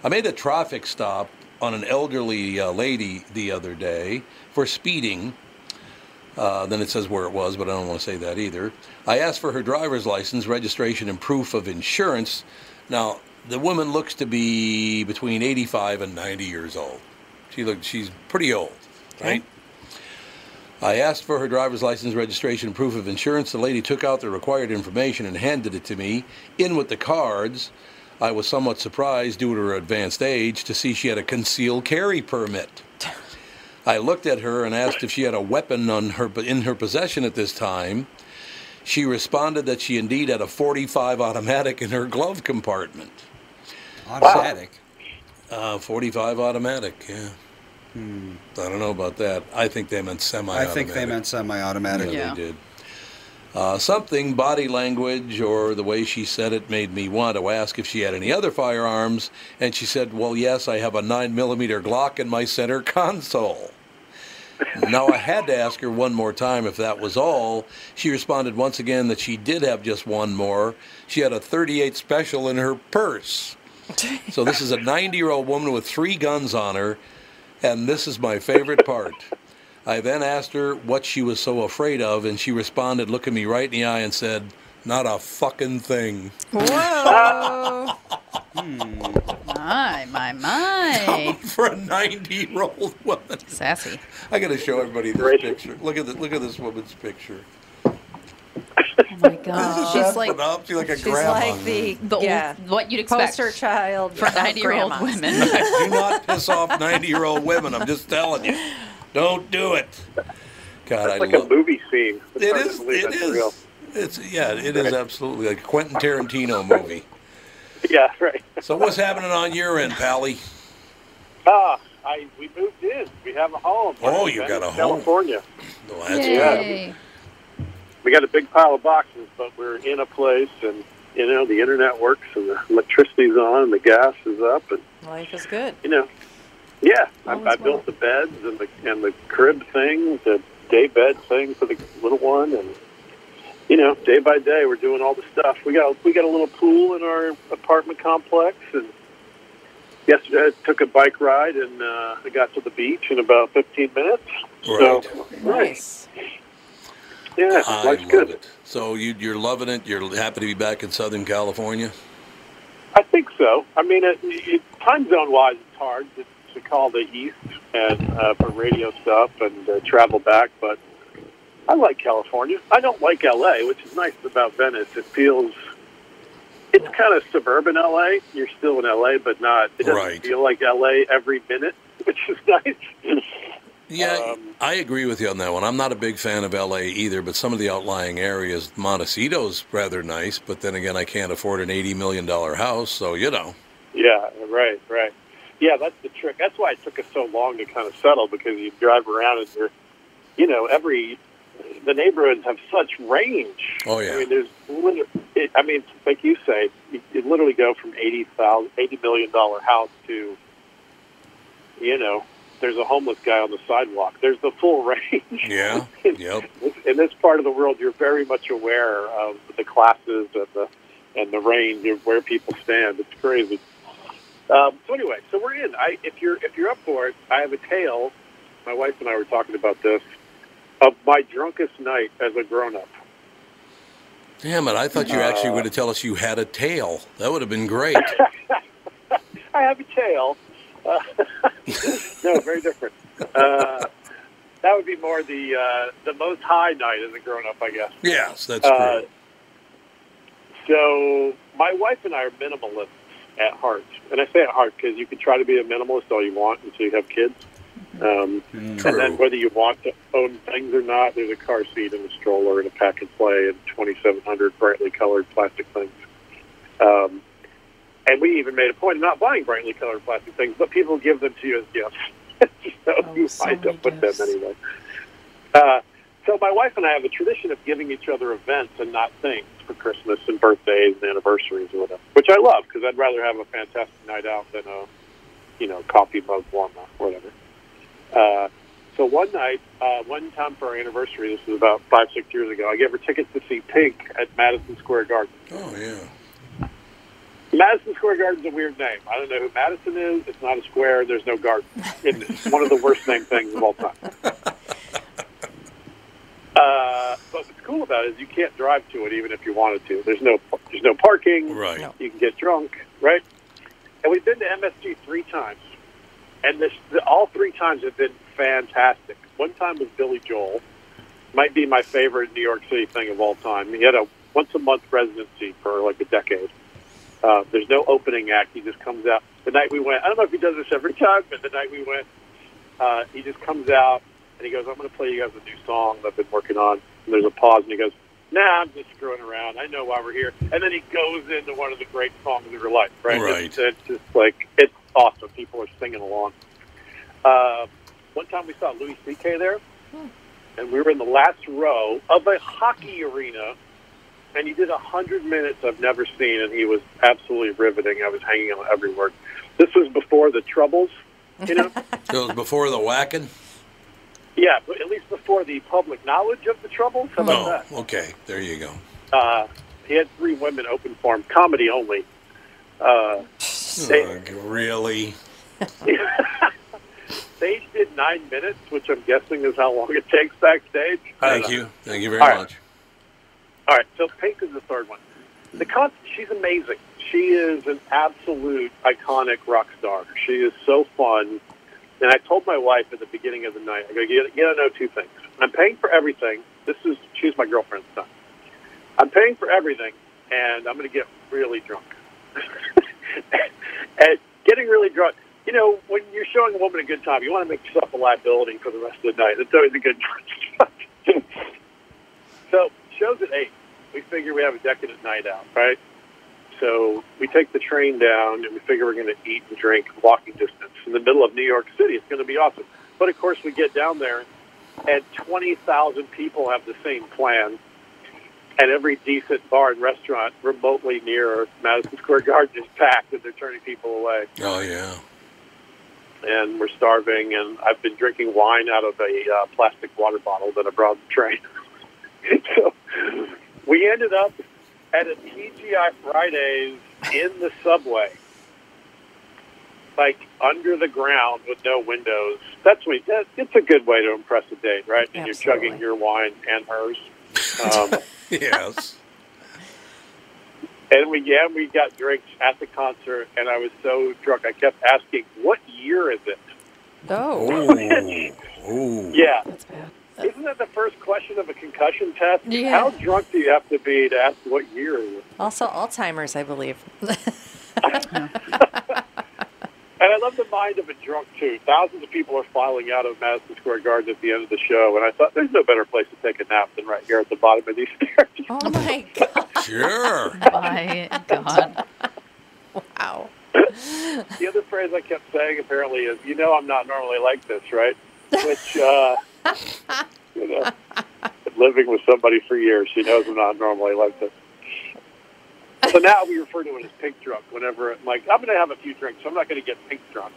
A: I made a traffic stop on an elderly uh, lady the other day for speeding. Uh, then it says where it was, but I don't want to say that either. I asked for her driver's license, registration, and proof of insurance. Now, the woman looks to be between 85 and 90 years old. She looked, she's pretty old, right? I asked for her driver's license, registration, proof of insurance. The lady took out the required information and handed it to me, in with the cards. I was somewhat surprised, due to her advanced age, to see she had a concealed carry permit. I looked at her and asked if she had a weapon on her in her possession at this time. She responded that she indeed had a 45 automatic in her glove compartment.
I: Automatic.
A: Uh, 45 automatic, yeah. I don't know about that. I think they meant
I: Hmm. I
A: semi-automatic.
I: think they meant semi-automatic.
A: Yeah, they did. Uh, something body language or the way she said it made me want to ask if she had any other firearms, and she said, "Well, yes, I have a nine millimeter Glock in my center console." now I had to ask her one more time if that was all. She responded once again that she did have just one more. She had a 38 special in her purse. So this is a 90-year-old woman with three guns on her, and this is my favorite part. I then asked her what she was so afraid of, and she responded, looking me right in the eye, and said, "Not a fucking thing."
B: Whoa. Hmm. My, my, my.
A: For a 90-year-old woman.
B: Sassy.
A: I got to show everybody this picture. Look at the, look at this woman's picture.
B: Oh my God.
A: She's
B: She's like,
A: up. She's like a
B: she's
A: grandma.
B: like the-
C: The
B: yeah, what you'd expect
C: poster child
B: for
C: of
B: 90-year-old
C: grandmas.
B: women.
A: do not piss off 90-year-old women. I'm just telling you. Don't do it. God, I
L: It's like
A: love
L: a movie scene. It's
A: It
L: hard to
A: is.
L: believe
A: It
L: that's
A: is.
L: real.
A: It's yeah. It is absolutely like a Quentin Tarantino movie.
L: Yeah, right.
A: So what's happening on your end, Pally?
L: Ah, I we moved in. We have a home.
A: Oh,
L: We're
A: you
L: in
A: got a home.
L: California.
A: Oh, that's
L: Yeah. We got a big pile of boxes, but we're in a place, and you know the internet works, and the electricity's on, and the gas is up, and
C: Life is good.
L: you know, yeah, I,
C: Always
L: I built the beds and the and the crib thing, the day bed thing for the little one, and you know, day by day we're doing all the stuff. We got we got a little pool in our apartment complex, and yesterday I took a bike ride and uh, I got to the beach in about 15 minutes. So, nice. Yeah,
A: I
L: life's
A: love
L: good.
A: it. So you, you're loving it. You're happy to be back in Southern California.
L: I think so. I mean, it, it, time zone wise, it's hard to, to call the east and uh, for radio stuff and uh, travel back. But I like California. I don't like LA, which is nice about Venice. It feels it's kind of suburban LA. You're still in LA, but not. It doesn't
A: Right.
L: feel like LA every minute, which is nice.
A: Yeah, I agree with you on that one. I'm not a big fan of LA either, but some of the outlying areas, Montecito's rather nice. But then again, I can't afford an eighty million dollar house, so you know.
L: Yeah, right, right. Yeah, that's the trick. That's why it took us so long to kind of settle because you drive around and you're, you know, every the neighborhoods have such range.
A: Oh, yeah.
L: I mean, there's, lit- it, I mean, like you say, you, you literally go from eighty thousand, eighty million dollar house to, you know, there's a homeless guy on the sidewalk. There's the full range
A: Yeah. yep.
L: in this part of the world, you're very much aware of the classes and the and the range of where people stand. It's crazy. Um, so anyway, so we're in. I, if you're if you're up for it, I have a tale. My wife and I were talking about this of my drunkest night as a grown up.
A: Damn it! I thought you were actually going to tell us you had a tail. That would have been great.
L: I have a tail. Uh, no, very different. Uh, that would be more the uh, the most high night as a grown up, I guess.
A: yes, that's
L: Uh,
A: true.
L: So my wife and I are minimalists at heart, and I say at heart because you can try to be a minimalist all you want until you have kids. Um, and
A: True.
L: then whether you want to own things or not, there's a car seat and a stroller and a pack and play and 2,700 brightly colored plastic things. Um, and we even made a point of not buying brightly colored plastic things, but people give them to you as gifts. so you wind up with them anyway. Uh, so my wife and I have a tradition of giving each other events and not things for Christmas and birthdays and anniversaries or whatever, which I love because I'd rather have a fantastic night out than a, you know, coffee mug warmer or whatever. Uh, So one night, uh, one time for our anniversary, this was about five, six years ago, I gave her tickets to see Pink at Madison Square Garden.
A: Oh, yeah.
L: Madison Square Garden's a weird name. I don't know who Madison is. It's not a square. There's no garden. It's one of the worst named things of all time. Uh, but what's cool about it is you can't drive to it even if you wanted to. There's no there's no parking.
A: Right.
L: You can get drunk. Right. And we've been to MSG three times, and this the, all three times have been fantastic. One time was Billy Joel, might be my favorite New York City thing of all time. He had a once a month residency for like a decade. Uh, there's no opening act. He just comes out. The night we went, I don't know if he does this every time, but the night we went, uh, he just comes out and he goes, I'm going to play you guys a new song that I've been working on. And there's a pause and he goes, Nah, I'm just screwing around. I know why we're here. And then he goes into one of the great songs of your life, right?
A: Right.
L: It's, it's just like, it's awesome. People are singing along. Uh, one time we saw Louis C.K. there, and we were in the last row of a hockey arena and he did a hundred minutes I've never seen, and he was absolutely riveting. I was hanging on every word. This was before the Troubles, you know.
A: So it was before the whacking?
L: yeah, but at least before the public knowledge of the Troubles. How about
A: No. Oh, Okay, there you go.
L: that? Uh, he had three women open for him, comedy only. Uh, they,
A: Ugh, Oh, really?
L: they did nine minutes, which I'm guessing is how long it takes backstage. Uh, I don't
A: Thank
L: know.
A: you. Thank you very
L: All right.
A: much.
L: All right, so Pink is the third one. The con- she's amazing. She is an absolute iconic rock star. She is so fun. And I told my wife at the beginning of the night, I go, you you gotta know two things. I'm paying for everything. This is she's my girlfriend's son. I'm paying for everything, and I'm gonna get really drunk. and getting really drunk. You know, when you're showing a woman a good time, you want to make yourself a liability for the rest of the night. It's always a good so shows at eight. We figure we have a decadent night out, right? So we take the train down and we figure we're going to eat and drink walking distance in the middle of New York City. It's going to be awesome. But of course, we get down there and 20,000 people have the same plan. And every decent bar and restaurant remotely near Madison Square Garden is packed and they're turning people away
A: Oh, yeah.
L: and we're starving. And I've been drinking wine out of a uh, plastic water bottle that I brought on the train. so we ended up at a TGI Fridays in the subway, like under the ground with no windows. That's what that, it's a good way to impress a date, right? And you're chugging your wine and hers. Um,
A: yes.
L: And we yeah, we got drinks at the concert, and I was so drunk. I kept asking, "What year is it?"
A: Oh.
L: Yeah. Isn't that the first question of a concussion test?
C: Yeah.
L: How drunk do you have to be to ask what year it was?
C: Also, Alzheimer's, I believe.
B: Oh
L: And I love the mind of a drunk, too. Thousands of people are filing out of Madison Square Garden at the end of the show, and I thought, there's no better place to take a nap than right here at the bottom of these stairs.
C: Oh, my
A: Sure.
B: My God.
C: Wow.
L: the other phrase I kept saying, apparently, is, you know, I'm not normally like this, right? Which, uh, you know, living with somebody for years, she knows I'm not normally like this. So now we refer to it as pink drunk whenever, I'm like, I'm going to have a few drinks, so I'm not going to get pink drunk.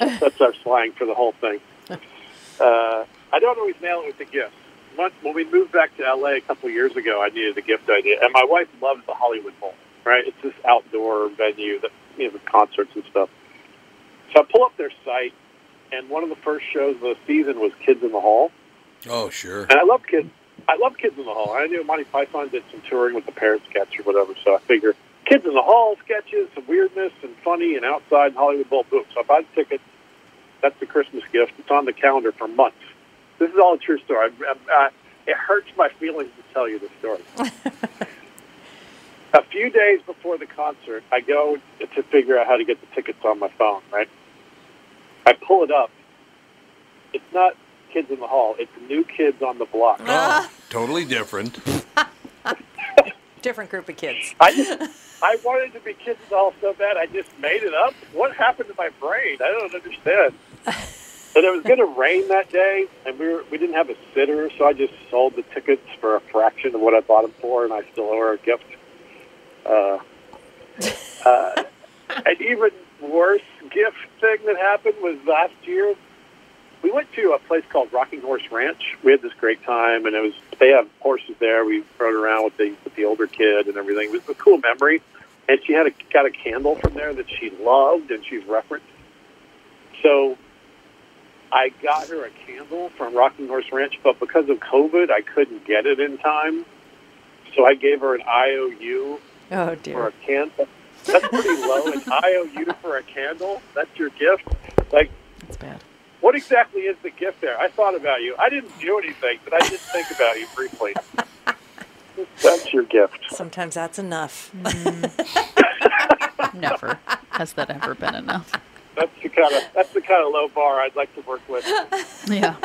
L: That's our slang for the whole thing. Uh, I don't always nail it with the gifts. Once, when we moved back to LA a couple years ago, I needed a gift idea, and my wife loves the Hollywood Bowl. Right, it's this outdoor venue that you know, with concerts and stuff. So I pull up their site, and one of the first shows of the season was Kids in the Hall,
A: Oh, sure.
L: and I love kids. I love Kids in the Hall. I knew Monty Python did some touring with the Parrot sketch or whatever, so I figure Kids in the Hall sketches, some weirdness and funny and outside Hollywood Bowl books. So I buy the ticket. That's the Christmas gift. It's on the calendar for months. This is all a true story. I, I, I, it hurts my feelings to tell you the story. a few days before the concert, I go to figure out how to get the tickets on my phone, right? I pull it up. It's not Kids in the Hall. It's New Kids on the Block.
A: Oh, totally different.
C: Different group of kids.
L: I just, I wanted to be Kids in the Hall so bad, I just made it up. What happened to my brain? I don't understand. And it was going to rain that day, and we were, we didn't have a sitter, so I just sold the tickets for a fraction of what I bought them for, and I still owe her a gift. Uh, uh, an even worse gift thing that happened was last year. we went to a place called Rocking Horse Ranch. We had this great time, and it was they have horses there. We rode around with the with the older kid and everything. It was a cool memory. And she had a, got a candle from there that she loved, and she's referenced. So I got her a candle from Rocking Horse Ranch, but because of COVID, I couldn't get it in time. So I gave her an IOU
C: Oh
L: for
C: dear.
L: a candle. That's pretty low. An IOU for a candle? That's your gift? Like,
C: that's bad.
L: What exactly is the gift there? I thought about you. I didn't do anything, but I did think about you briefly. That's your gift.
C: Sometimes that's enough.
B: Never has that ever been enough.
L: That's the kind of that's the kind of low bar I'd like to work with.
B: Yeah.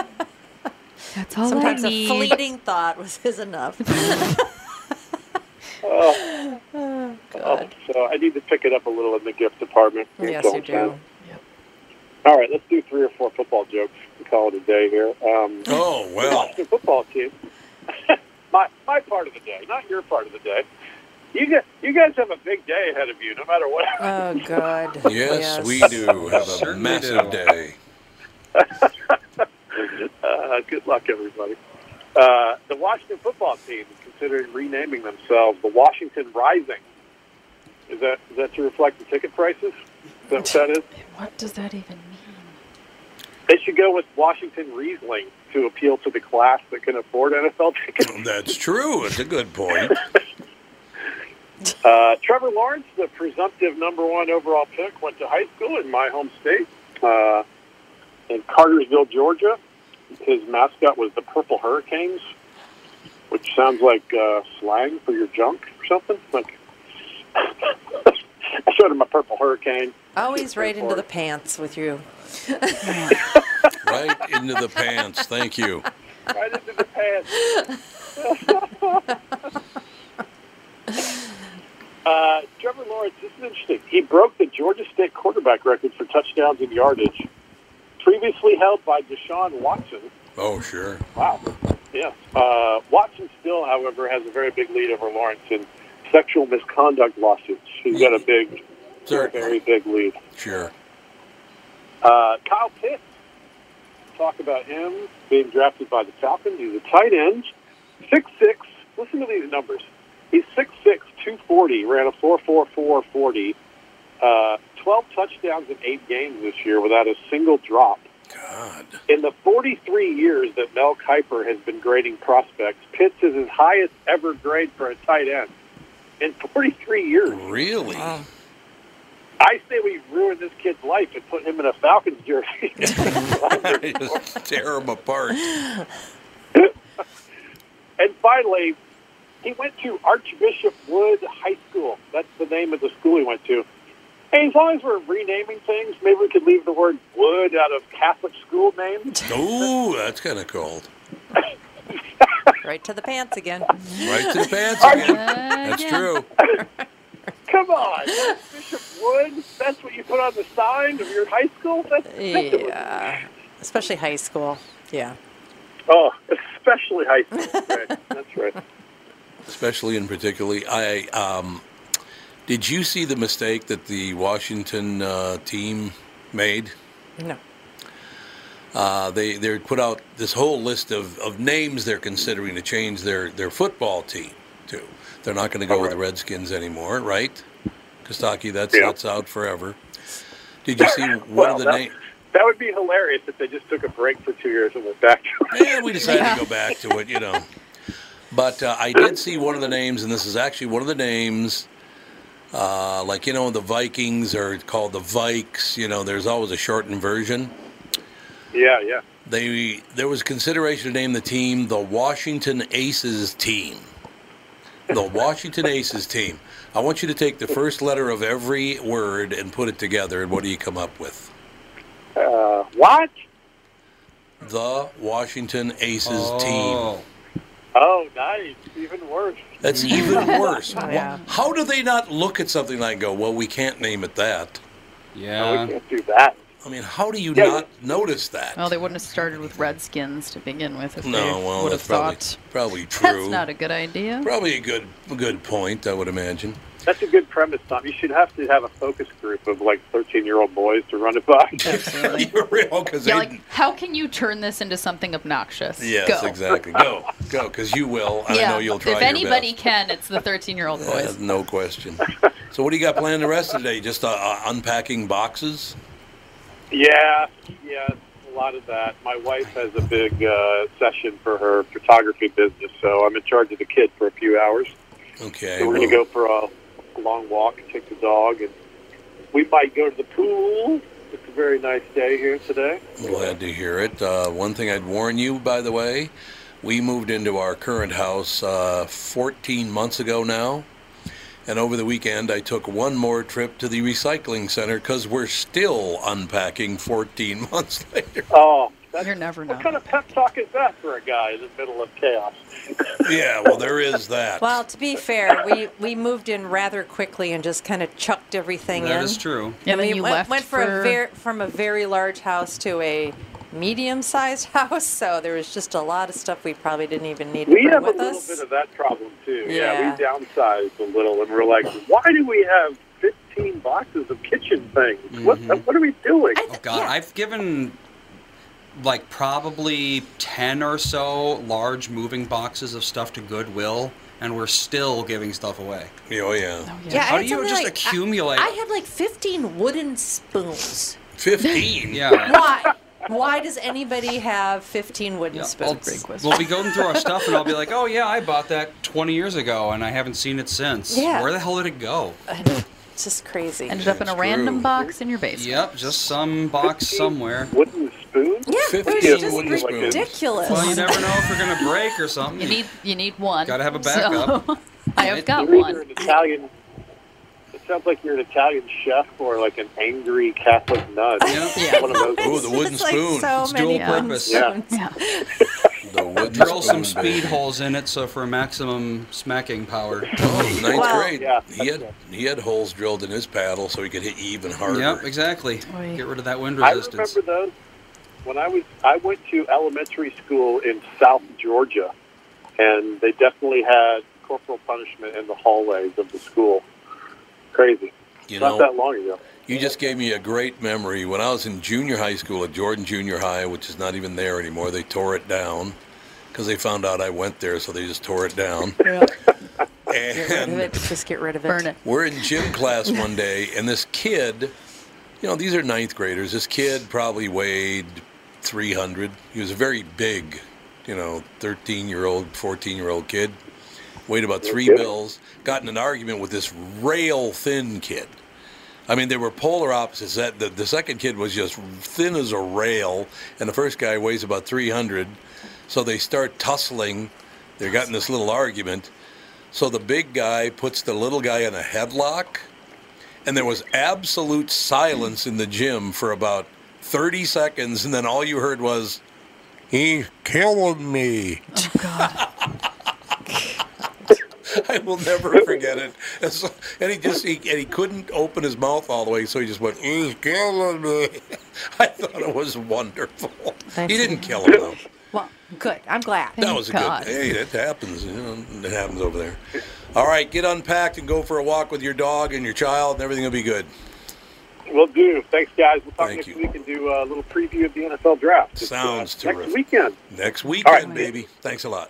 B: That's all
C: Sometimes
B: I
C: a
B: need.
C: fleeting thought was is enough.
L: Oh.
C: Oh,
L: Oh, so I need to pick it up a little in the gift department.
C: Yes,
L: Don't
C: you do.
L: mind. All right, let's do three or four football jokes and call it a day here. Um,
A: Oh, well.
L: the Washington football team. my my part of the day, not your part of the day. You guys, you guys have a big day ahead of you, no matter what.
C: Oh God.
A: Yes, we do have a
L: Certainly do.
A: massive day.
L: uh, good luck, everybody. Uh, the Washington football team is considering renaming themselves the Washington Rising. Is that is that to reflect the ticket prices? Is that what that is?
B: What does that even mean?
L: They should go with Washington Riesling to appeal to the class that can afford NFL tickets.
A: That's true. It's a good point.
L: Uh, Trevor Lawrence, the presumptive number one overall pick, went to high school in my home state, uh, in Cartersville, Georgia. His mascot was the Purple Hurricanes, which sounds like uh, slang for your junk or something. Like, I showed him a Purple Hurricane.
C: Always right into the pants with you.
A: Right into the pants. Thank you.
L: Right into the pants. uh, Trevor Lawrence, this is interesting. He broke the Georgia State quarterback record for touchdowns and yardage, previously held by Deshaun Watson.
A: Oh, sure.
L: Wow. Yeah. Uh, Watson still, however, has a very big lead over Lawrence in sexual misconduct lawsuits. He's got a big, very big lead.
A: Sure.
L: Uh, Kyle Pitts. Talk about him being drafted by the Falcons. He's a tight end, six six. Listen to these numbers. He's six six, two forty. Ran a four four four forty. Uh, Twelve touchdowns in eight games this year without a single drop.
A: God.
L: In the 43 years that Mel Kiper has been grading prospects, Pitts is his highest ever grade for a tight end. In 43 years.
A: Really?
L: I say we ruin this kid's life and put him in a Falcons jersey.
A: Just tear them apart.
L: and finally, he went to Archbishop Wood High School. That's the name of the school he went to. Hey, as long as we're renaming things, maybe we could leave the word Wood out of Catholic school names.
A: Ooh, that's kind of cold.
C: Right to the pants again.
A: Right to the pants again. That's true.
L: Come on, Bishop Wood. That's what you put on the sign of your high school. That's ridiculous.
C: Yeah. Especially high school. Yeah.
L: Oh, especially high school. Right. That's right.
A: Especially and particularly, I um, did you see the mistake that the Washington uh, team made?
C: No.
A: Uh, they they put out this whole list of, of names they're considering to change their, their football team to. They're not going to go with the Redskins anymore, right? Kostaki, that's that's out forever. Did you see one
L: Well,
A: of the
L: that-
A: names?
L: That would be hilarious if they just took a break for two years and went back to
A: it. we decided to go back to it, you know. But uh, I did see one of the names, and this is actually one of the names. Uh, like you know, the Vikings are called the Vikes. You know, there's always a shortened version.
L: Yeah, yeah.
A: They there was consideration to name the team the Washington Aces team. The Washington Aces team. I want you to take the first letter of every word and put it together, and what do you come up with?
L: Uh, what?
A: The Washington Aces
I: Oh.
A: team.
L: Oh, nice. Even worse.
A: That's even worse.
L: Oh,
A: Wha-
L: yeah.
A: How do they not look at something like and go, well, we can't name it that?
I: Uh,
L: No, we can't do that.
A: I mean, how do you
B: Yeah.
A: not notice that?
B: Well, they wouldn't have started with Redskins to begin with if
A: no,
B: they
A: well,
B: would
A: that's
B: have
A: probably,
B: thought
A: probably true.
B: that's not a good idea.
A: probably a good a good point, I would imagine.
L: That's a good premise, Tom. You should have to have a focus group of like 13 year old boys to run it by.
A: You're real because
B: Yeah, like, how can you turn this into something obnoxious?
A: Yes,
B: Go.
A: exactly. Go, go, because you will. and I know you'll try
B: if
A: your
B: anybody can, it's the 13 year old
A: best. Uh,
B: boys.
A: no question. so, what do you got planned the rest of the day? Just uh, uh, unpacking boxes?
L: Yeah, yeah, a lot of that. My wife has a big uh, session for her photography business, so I'm in charge of the kid for a few hours.
A: Okay.
L: So we're going to go for a long walk and take the dog, and we might go to the pool. It's a very nice day here today.
A: Glad to hear it. Uh, one thing I'd warn you, by the way, we moved into our current house uh, 14 months ago now. And over the weekend, I took one more trip to the recycling center because we're still unpacking 14 months later.
L: Oh,
B: you're never
L: What kind of pep talk is that for a guy in the middle of chaos?
A: yeah, well, there is that.
C: Well, to be fair, we, we moved in rather quickly and just kind of chucked everything in.
I: That is true.
C: I mean, went, went for, a ver- from a very large house to a medium-sized house, so there was just a lot of stuff we probably didn't even need to
L: We
C: bring
L: have a
C: with
L: little
C: us.
L: bit of that problem too.
C: Yeah.
L: we downsized a little, and we're like, why do we have 15 boxes of kitchen things? What,
C: Mm-hmm.
L: what are we doing?
I: Oh God, I've given like probably ten or so large moving boxes of stuff to Goodwill, and we're still giving stuff away.
A: Oh yeah.
C: Yeah, I
I: How
C: had
I: do you
C: something
I: just
C: like- I-
I: accumulate?
C: I had like 15 wooden spoons.
A: 15?
I: yeah.
C: Why? Why does anybody have 15 wooden
I: Well,
C: spoons?
I: we'll be going through our stuff, and I'll be like, "Oh yeah, I bought that 20 years ago, and I haven't seen it since.
C: Yeah.
I: Where the hell did it go?"
C: It's just crazy.
B: Ended up in a
I: It's
B: random
I: true.
B: box in your basement.
I: Yep, just some box somewhere.
L: Wooden spoon?
C: Yeah,
B: it was 15 just wooden spoons. ridiculous.
I: Well, you never know if we're gonna break or something.
B: You need you need one.
I: Gotta have a
B: So,
I: backup.
B: I have got
L: You're either
B: one.
L: an Italian. It sounds like you're an Italian chef or like an angry Catholic nut.
A: Yeah.
L: One of those.
A: Ooh, the wooden
I: It's like spoon. so It's many dual wooden purpose.
L: Yeah.
I: spoons. Drill some speed holes in it so for maximum smacking power.
A: Oh, ninth grade, he had he had holes drilled in his paddle so he could hit even harder.
I: Yep, exactly. Get rid of that wind
L: I
I: resistance.
L: remember those when I was I went to elementary school in South Georgia, and they definitely had corporal punishment in the hallways of the school. Crazy.
A: You
L: Not
A: know-
L: that long ago.
A: You just gave me a great memory. When I was in junior high school at Jordan Junior High, which is not even there anymore, they tore it down because they found out I went there, so they just tore it down.
C: Get rid of
A: and
C: it. Just get rid of it.
B: Burn it.
A: we're in gym class one day, and this kid, you know, these are ninth graders. This kid probably weighed 300. He was a very big, you know, 13 year old, 14 year old kid. Weighed about three
L: Okay.
A: bills. Got in an argument with this rail thin kid. I mean, they were polar opposites. That the, the second kid was just thin as a rail, and the first guy weighs about 300. So they start tussling. They got in this little argument. So the big guy puts the little guy in a headlock, and there was absolute silence in the gym for about 30 seconds, and then all you heard was, "He's killing me." I will never forget it. And, so- and he just he, and he couldn't open his mouth all the way, so he just went, "He's killing me." I thought it was wonderful.
C: That's
A: he didn't kill him though.
C: Well, good. I'm glad.
A: That was a good. Hey, that happens. You know, it happens over there. All right, get unpacked and go for a walk with your dog and your child, and everything will be good.
L: We'll do. Thanks, guys. We'll talk
A: Thank
L: next
A: you.
L: week and do a little preview of the NFL draft. It's, uh,
A: Sounds terrific.
L: Next weekend.
A: Next
L: All
A: weekend,
L: right.
A: baby. Thanks a lot.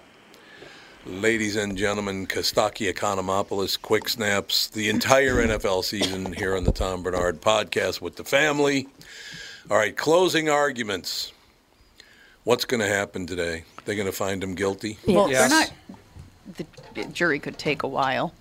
A: Ladies and gentlemen, Kostaki Economopoulos, Quick Snaps, the entire NFL season here on the Tom Bernard podcast with the family. All right, closing arguments. What's going to happen today? They're going to find him guilty?
B: Well, they're not. The jury could take a while.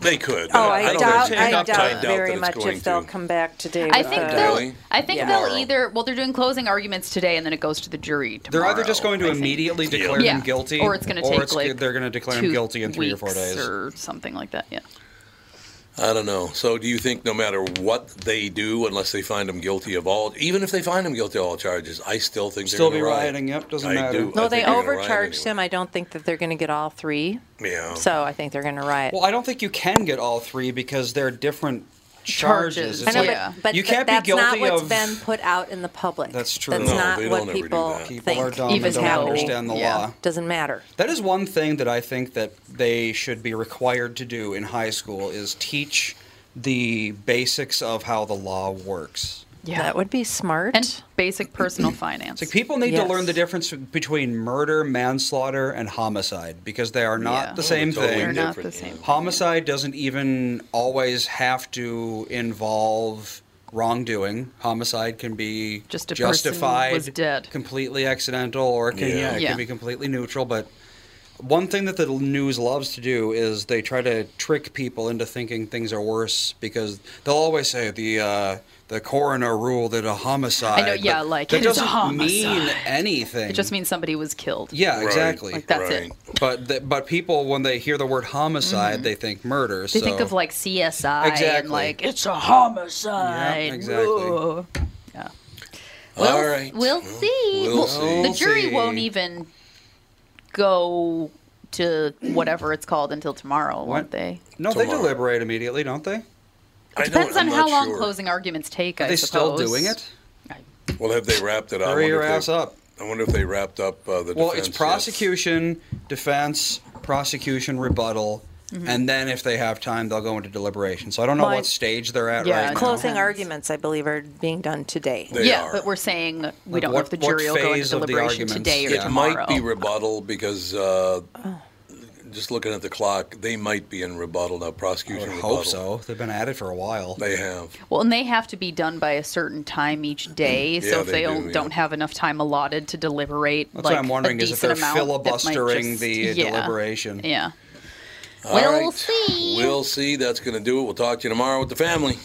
A: They could.
C: Oh, I,
A: don't
C: doubt,
A: think-
C: I doubt,
A: that
C: very
A: it's
C: much
A: going
C: if they'll
A: to.
C: come back uh, today.
B: I
C: with
B: think
C: a-
B: they'll. I think
C: Yeah.
B: they'll either. Well, they're doing closing arguments today, and then it goes to the jury
I: They're
B: tomorrow.
I: either just going to
B: I think.
I: immediately declare
B: Yeah.
I: him guilty,
B: or it's going to take like
I: they're going to declare
B: two
I: him guilty in three or four
B: weeks
I: days.
B: or something like that. Yeah.
A: I don't know. So, do you think no matter what they do, unless they find him guilty of all, even if they find him guilty of all charges, I still think
I: Still
A: they're
I: be
A: gonna riot.
I: rioting, yep, doesn't
A: I
I: matter.
A: Do.
C: No,
A: I
C: they
A: think they're gonna riot
C: overcharged him. I don't think that they're going to get all three.
A: Yeah.
C: So I think they're going to riot.
I: Well, I don't think you can get all three because they're different charges.
C: I
I: It's
C: know,
I: like-
C: but, but
I: you
C: th-
I: can't
C: that's
I: be guilty
C: not what's
I: of.
C: been put out in the public.
I: That's true.
C: That's
I: No,
C: not
I: they
C: what
I: don't ever do
C: people
I: that. People
C: think
I: are dumb and
C: even
I: don't
C: happening.
I: understand the Yeah. law.
C: Doesn't matter.
I: That is one thing that I think that they should be required to do in high school is teach the basics of how the law works.
B: Yeah.
C: That would be smart.
B: And basic personal finance.
I: Like people need
B: Yes.
I: to learn the difference between murder, manslaughter, and homicide because they are not
B: Yeah.
I: the
B: Oh,
I: same
B: they're totally
I: thing.
B: They're not different, the same yeah. thing,
I: Homicide doesn't even always have to involve wrongdoing. Homicide can be
B: Just a person
I: justified,
B: was dead.
I: completely accidental, or it can,
B: Yeah.
I: yeah. it
B: Yeah.
I: can be completely neutral. But one thing that the news loves to do is they try to trick people into thinking things are worse because they'll always say the uh, the coroner ruled that a homicide.
B: I know, yeah,
I: but
B: like,
I: that
B: it is a
I: doesn't mean
B: homicide.
I: anything.
B: It just means somebody was killed.
I: yeah, exactly.
B: Like that's it.
I: But th- but people when they hear the word homicide, they think murder.
B: Mm-hmm. They think of like CSI and
I: Exactly.
B: like it's a homicide.
I: Yeah, exactly.
B: Whoa.
I: All
B: We'll-
I: right.
B: We'll see.
I: we'll
B: Well,
I: see.
B: The jury
I: see.
B: won't even go to whatever it's called until tomorrow, won't they?
I: No, they deliberate immediately, don't they?
B: Depends on how long closing arguments take.
I: Are
B: I
I: they still
B: suppose.
I: doing it?
A: Well, have they wrapped it up? I
I: Hurry
A: wonder
I: your
A: if they-
I: ass up.
A: I wonder if they wrapped up uh, the
I: Well,
A: defense.
I: it's prosecution, defense, prosecution, rebuttal,
B: Mm-hmm.
C: Mhm.
I: and then if they have time, they'll go into deliberation. So I don't know
C: Mine-
I: what stage they're at right now.
C: Closing arguments, I believe, are being done today.
I: They
B: yeah,
I: are.
B: but we're saying we
I: Like,
B: don't know
I: what-
B: if the
I: what
B: jury will go into
I: phase of the
B: deliberation
I: arguments?
B: today or
I: Yeah.
A: It
B: tomorrow. Oh.
A: might be rebuttal because uh, just looking at the clock, they might be in rebuttal now. Prosecution
I: I would
A: rebuttal.
I: hope so. They've been at it for a while.
A: They have.
B: Well, and they have to be done by a certain time each day.
I: Yeah,
B: so if
I: they
B: they, don't,
I: do, yeah.
B: don't have enough time allotted to deliberate,
I: That's
B: like
I: what I'm wondering
B: a
I: is if they're
B: decent amount, that might
I: filibustering
B: just-
I: the, uh,
B: yeah.
I: deliberation.
B: Yeah.
A: All
B: We'll
A: right.
B: see.
A: We'll see. That's going to do it. We'll talk to you tomorrow with the family.